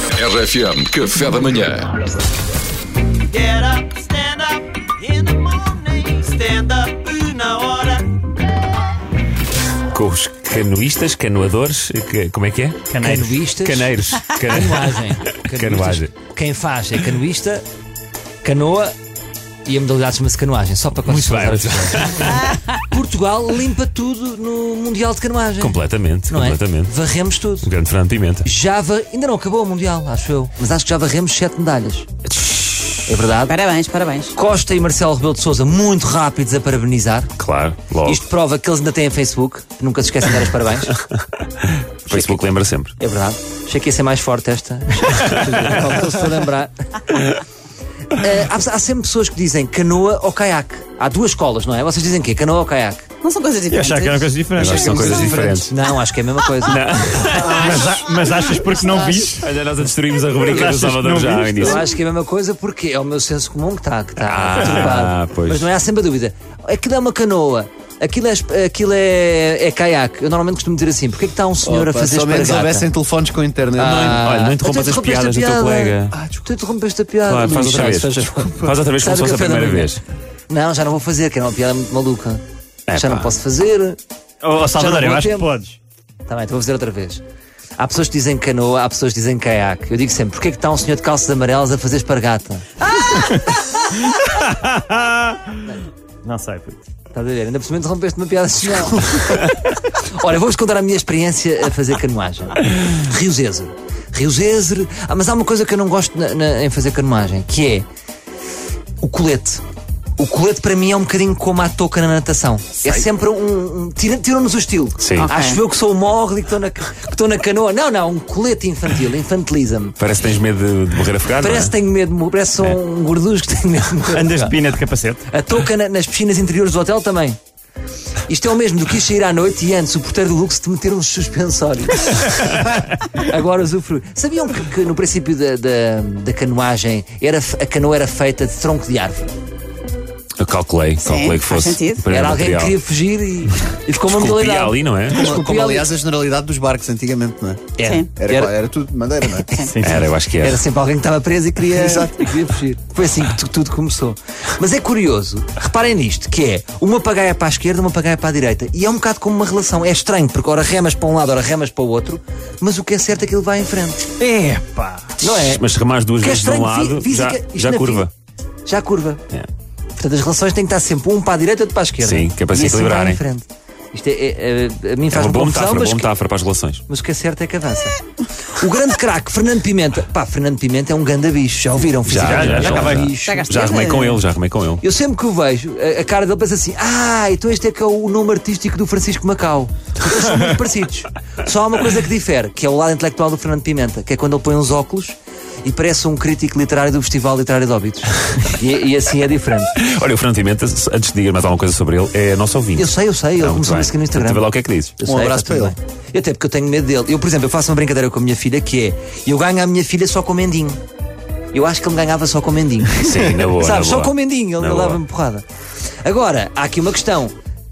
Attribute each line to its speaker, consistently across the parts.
Speaker 1: RFM, café da manhã.
Speaker 2: Get up, stand up in the morning. Stand up na hora.
Speaker 3: Com os canoístas, canoadores, que- como é que é?
Speaker 4: Caneiros.
Speaker 5: Canoístas.
Speaker 3: Caneiros. Canoagem.
Speaker 5: Canoagem. Canoístas.
Speaker 3: Canoagem.
Speaker 5: Quem faz é canoista, canoa e a modalidade chama-se canoagem, só para
Speaker 3: Muito bem.
Speaker 5: contextualizar as pessoas. Portugal limpa tudo no Mundial de Canoagem.
Speaker 3: Completamente,
Speaker 5: não é?
Speaker 3: completamente.
Speaker 5: Varremos tudo.
Speaker 3: O grande Fernando Pimenta.
Speaker 5: Já va- ainda não acabou o Mundial, acho eu, mas acho que já varremos sete medalhas. É verdade.
Speaker 6: Parabéns, parabéns.
Speaker 5: Costa e Marcelo Rebelo de Souza muito rápidos a parabenizar.
Speaker 3: Claro, logo.
Speaker 5: Isto prova que eles ainda têm Facebook, nunca se esquecem de dar os parabéns.
Speaker 3: Facebook lembra sempre.
Speaker 5: É verdade. Achei que ia ser mais forte esta. Faltou-se a lembrar. Eh, há, há sempre pessoas que dizem canoa ou caiaque. Há duas escolas, não é? Vocês dizem quê? Canoa ou caiaque?
Speaker 6: Não são coisas
Speaker 4: Eu
Speaker 6: diferentes.
Speaker 4: achava que eram coisas diferentes.
Speaker 3: Mas acho que são coisas diferentes.
Speaker 5: Não, acho que é a mesma coisa.
Speaker 4: Mas, a- mas achas porque não vi?
Speaker 3: Olha, nós a destruímos a rubrica do
Speaker 4: Achas que
Speaker 3: Salvador
Speaker 4: não
Speaker 3: já ao
Speaker 4: viste?
Speaker 5: Eu
Speaker 3: início.
Speaker 5: acho que é a mesma coisa porque é o meu senso comum que está. Que está
Speaker 3: Ah,
Speaker 5: perturbado.
Speaker 3: pois.
Speaker 5: Mas não é há sempre a dúvida. Aquilo é uma canoa. Aquilo é, esp- aquilo é, é caiaque. Eu normalmente costumo dizer assim: porque é que está um senhor a fazer
Speaker 7: Se ao menos
Speaker 5: espargata?
Speaker 7: houvessem telefones com internet.
Speaker 5: Ah,
Speaker 3: Olha, não
Speaker 5: então
Speaker 3: interrompas as
Speaker 5: interrompeste a
Speaker 3: piadas do teu
Speaker 5: piada. Ah,
Speaker 3: colega.
Speaker 5: Tu interrompeste a piada.
Speaker 3: Claro, faz
Speaker 5: Luís,
Speaker 3: outra vez.
Speaker 5: faz favor.
Speaker 3: Faz outra vez como
Speaker 5: Sabe
Speaker 3: se fosse a
Speaker 5: café da
Speaker 3: primeira
Speaker 5: manhã?
Speaker 3: vez.
Speaker 5: Não, já não vou fazer, que era uma piada muito maluca.
Speaker 3: É,
Speaker 5: já não posso fazer.
Speaker 4: Ó oh,
Speaker 5: Já
Speaker 4: Salvador,
Speaker 5: não
Speaker 4: eu
Speaker 5: vou
Speaker 4: acho que
Speaker 5: tempo.
Speaker 4: podes.
Speaker 5: Tá bem, então vou fazer outra vez. Há pessoas que dizem canoa, há pessoas que dizem caiaque. Eu digo sempre, porquê é que está um senhor de calças amarelas a fazer espargata?
Speaker 4: Não sei. puto.
Speaker 5: Estás Tá a ver? Ainda por cima interrompeste uma piada genial. Olha, vou-vos contar a minha experiência a fazer canoagem. Rio Zezer. Rio Zezer. Ah, mas há uma coisa que eu não gosto na- na- em fazer canoagem, que é o colete. O colete para mim é um bocadinho como a touca na natação. É sempre um. um tira- Tiram-nos o estilo.
Speaker 3: Sim. Ok.
Speaker 5: Acho eu que sou o Mogli que estou na, que estou na canoa. Não, não, um colete infantil, infantiliza-me.
Speaker 3: Parece que tens medo de- de morrer afogado. não é?
Speaker 5: Parece que tenho medo, de morrer, parece que sou um gorducho que tenho medo de morrer.
Speaker 4: É. Andas de pina de capacete?
Speaker 5: A touca na- nas piscinas interiores do hotel também. Isto é o mesmo do que ir sair à noite e antes o porteiro do luxo te meter uns suspensórios. Agora usufrui. Sabiam que, que no princípio da, da, da canoagem era, fe- a canoa era feita de tronco de árvore?
Speaker 3: Eu calculei, calculei que
Speaker 6: faz
Speaker 3: fosse.
Speaker 6: sentido.
Speaker 3: primeiro
Speaker 5: era alguém que
Speaker 3: material.
Speaker 5: queria fugir e, e ficou uma
Speaker 3: Esculpia
Speaker 5: modalidade.
Speaker 3: ali, não é?
Speaker 5: Uma-
Speaker 7: Como
Speaker 5: copia ali.
Speaker 7: aliás a generalidade dos barcos antigamente, não é?
Speaker 5: Era.
Speaker 6: Sim.
Speaker 7: Era,
Speaker 5: Era-
Speaker 7: era... tudo de madeira, não é?
Speaker 3: Era, eu acho que
Speaker 5: Era
Speaker 3: era.
Speaker 5: sempre alguém que estava preso e queria, e queria fugir. Foi assim que tu- tudo começou. Mas é curioso, reparem nisto, que é uma pagaia para a esquerda, uma pagaia para a direita. E é um bocado como uma relação. É estranho, porque ora remas para um lado, ora remas para o outro, mas o que é certo é que ele vai em frente.
Speaker 4: Epá!
Speaker 5: Não é?
Speaker 3: Mas se remares duas
Speaker 5: Que é
Speaker 3: vezes de um
Speaker 5: estranho, fi-
Speaker 3: lado, já,
Speaker 5: física- isto
Speaker 3: já
Speaker 5: na
Speaker 3: curva.
Speaker 5: fi- Já curva.
Speaker 3: É.
Speaker 5: Portanto, as relações têm que estar sempre um para a direita, outro para a esquerda.
Speaker 3: Sim, que é para
Speaker 5: E
Speaker 3: se
Speaker 5: assim vai
Speaker 3: equilibrarem.
Speaker 5: em frente. Isto é, é- é- a mim
Speaker 3: É
Speaker 5: faz
Speaker 3: uma boa
Speaker 5: confusão,
Speaker 3: metáfora,
Speaker 5: mas
Speaker 3: boa
Speaker 5: que-
Speaker 3: metáfora para as relações.
Speaker 5: mas o que é certo é que avança. O grande craque, Fernando Pimenta. Pá, Fernando Pimenta é um ganda bicho. Já ouviram? Fisicamente
Speaker 3: já, já,
Speaker 5: é um
Speaker 3: já, já.
Speaker 5: bicho.
Speaker 6: Já
Speaker 3: Já arrumei com ele, já arrumei com ele.
Speaker 5: Eu sempre que o vejo, a, a cara dele pensa assim: Ah, então este é que é o nome artístico do Francisco Macau. Porque Eles são muito parecidos. Só há uma coisa que difere, que é o lado intelectual do Fernando Pimenta, que é quando ele põe uns óculos e parece um crítico literário do Festival Literário de Óbidos. E, e assim é diferente.
Speaker 3: Olha, o Fernando Pimenta, antes de dizer mais alguma coisa sobre ele, é nosso ouvinte.
Speaker 5: Eu sei, eu sei, ele
Speaker 3: Então, muito
Speaker 5: começou a
Speaker 3: bem.
Speaker 5: me seguir no
Speaker 3: Então, vê lá
Speaker 5: Instagram.
Speaker 3: o que é que dizes.
Speaker 5: Eu
Speaker 7: Um abraço
Speaker 5: tá
Speaker 7: para
Speaker 5: tudo bem. Eu até porque eu tenho medo dele. Eu, por exemplo, eu faço uma brincadeira com a minha filha que é: eu ganho a minha filha só com mendinho. Eu acho que ele me ganhava só com mendinho.
Speaker 3: Sim, na boa.
Speaker 5: Sabe,
Speaker 3: na
Speaker 5: só
Speaker 3: boa.
Speaker 5: com mendinho, ele
Speaker 3: Na
Speaker 5: não
Speaker 3: boa.
Speaker 5: dava-me porrada. Agora, há aqui uma questão.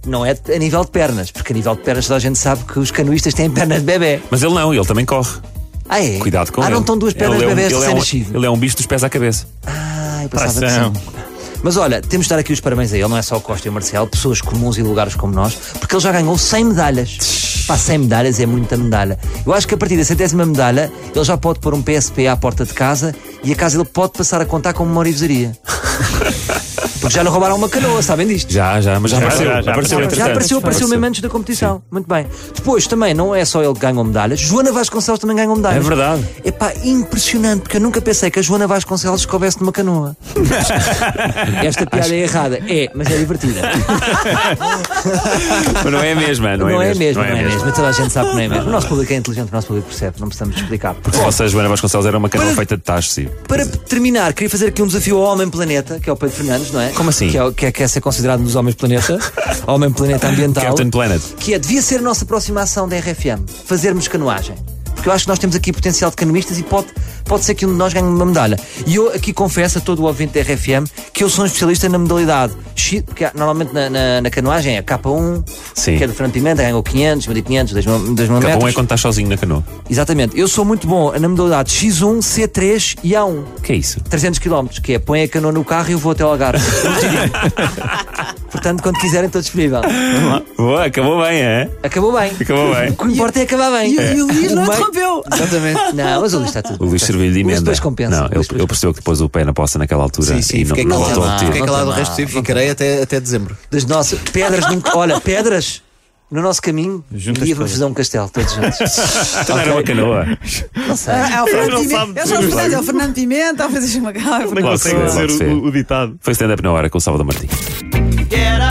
Speaker 5: Não é a nível de pernas, porque a nível de pernas toda a gente sabe que os canoístas têm pernas de bebê.
Speaker 3: Mas ele não, ele também corre.
Speaker 5: Ah, é?
Speaker 3: Cuidado com
Speaker 5: ah,
Speaker 3: ele.
Speaker 5: não estão duas pernas
Speaker 3: ele
Speaker 5: de bebê
Speaker 3: é um, ele, é
Speaker 5: recém-nascido.
Speaker 3: um, ele é um bicho dos pés à cabeça.
Speaker 5: Ah, eu pensava que
Speaker 4: Traição.
Speaker 5: sim. Mas olha, temos de dar aqui os parabéns a ele, não é só o Costa e o Marcelo, pessoas comuns e lugares como nós, porque ele já ganhou 100 medalhas. Pá, 100 medalhas é muita medalha. Eu acho que a partir da centésima medalha, ele já pode pôr um PSP à porta de casa e a casa ele pode passar a contar como uma orivesaria. Porque já lhe roubaram uma canoa, sabem disto?
Speaker 3: Já, já, mas já,
Speaker 4: Já,
Speaker 3: apareceu.
Speaker 4: já, já
Speaker 3: apareceu,
Speaker 4: apareceu.
Speaker 5: Já
Speaker 3: entretanto.
Speaker 5: apareceu, apareceu mesmo antes da competição. Muito bem. Depois também, não é só ele que ganhou medalhas, Joana Vasconcelos também ganhou medalhas.
Speaker 3: É verdade.
Speaker 5: Epá, impressionante, porque eu nunca pensei que a Joana Vasconcelos coubesse numa canoa. Esta piada é errada. É, mas é divertida.
Speaker 3: Mas não é a mesma, não,
Speaker 5: Não,
Speaker 3: é,
Speaker 5: é mesmo,
Speaker 3: não é a mesma.
Speaker 5: Toda a gente sabe que não é mesmo. O nosso público é inteligente, o nosso público percebe, não precisamos explicar.
Speaker 3: Porque ou seja, Joana Vasconcelos era uma canoa feita de tachos, sim.
Speaker 5: Para terminar, queria fazer aqui um desafio ao Homem Planeta, que é o Pedro Fernandes, não é?
Speaker 3: Como assim? é
Speaker 5: Que é, o- que é, que é ser considerado um dos Homens Planeta, Homem Planeta Ambiental.
Speaker 3: Captain Planet.
Speaker 5: que é, devia ser a nossa próxima ação da RFM, fazermos canoagem. Porque porque eu acho que nós temos aqui potencial de canoístas e pode, pode ser que um de nós ganhe uma medalha. E eu aqui confesso a todo o ouvinte da RFM que eu sou um especialista na modalidade. X, Porque há- normalmente na, na, na canoagem é K1,
Speaker 3: Sim.
Speaker 5: que é do Fernando Pimenta, ganhou 500, 1500, 2000 2000
Speaker 3: Cada um é
Speaker 5: metros.
Speaker 3: quando estás sozinho na canoa.
Speaker 5: Exatamente. Eu sou muito bom na modalidade X1, C3 e A1.
Speaker 3: O que é isso?
Speaker 5: 300 km, que é põe a canoa no carro e eu vou até ao Algarve. Portanto, quando quiserem, estou disponível.
Speaker 3: Boa, acabou bem, é?
Speaker 5: Acabou bem.
Speaker 3: Acabou bem.
Speaker 5: O que importa é acabar bem.
Speaker 1: E, o- e o Luís não
Speaker 5: meio-
Speaker 1: interrompeu.
Speaker 7: Exatamente.
Speaker 5: Não, mas o Luís está tudo.
Speaker 3: O Luís serviu-lhe de
Speaker 5: O Luís
Speaker 3: emenda.
Speaker 5: depois compensa.
Speaker 3: Não,
Speaker 5: O
Speaker 3: ele,
Speaker 5: Luís depois
Speaker 3: ele percebeu que depois o pé na poça naquela altura
Speaker 7: Sim, sim,
Speaker 3: e não,
Speaker 7: fiquei
Speaker 3: não voltou a
Speaker 7: calado.
Speaker 5: repetir.
Speaker 7: Fiquei
Speaker 5: Não
Speaker 7: calado o
Speaker 5: tem
Speaker 7: resto do
Speaker 5: mal,
Speaker 7: tempo, ficarei até, até dezembro.
Speaker 5: Das nossas pedras, nunca- olha, pedras no nosso caminho.
Speaker 4: Juntas
Speaker 5: um dia vamos
Speaker 4: todas.
Speaker 5: fazer um castelo, todos juntos.
Speaker 3: Então era uma canoa.
Speaker 5: Não sei.
Speaker 1: Ah, é o Fernando
Speaker 4: não
Speaker 1: Pimenta.
Speaker 4: sabe
Speaker 1: Eu só
Speaker 4: tudo.
Speaker 1: sei, é o Fernando Pimenta, é o Francisco Magalhães.
Speaker 4: Não
Speaker 3: Pode
Speaker 4: consegue
Speaker 3: ser,
Speaker 4: dizer
Speaker 3: pode
Speaker 4: o-
Speaker 3: ser.
Speaker 4: o- o ditado.
Speaker 3: Foi stand-up na hora com o Salvador Martins.
Speaker 2: Get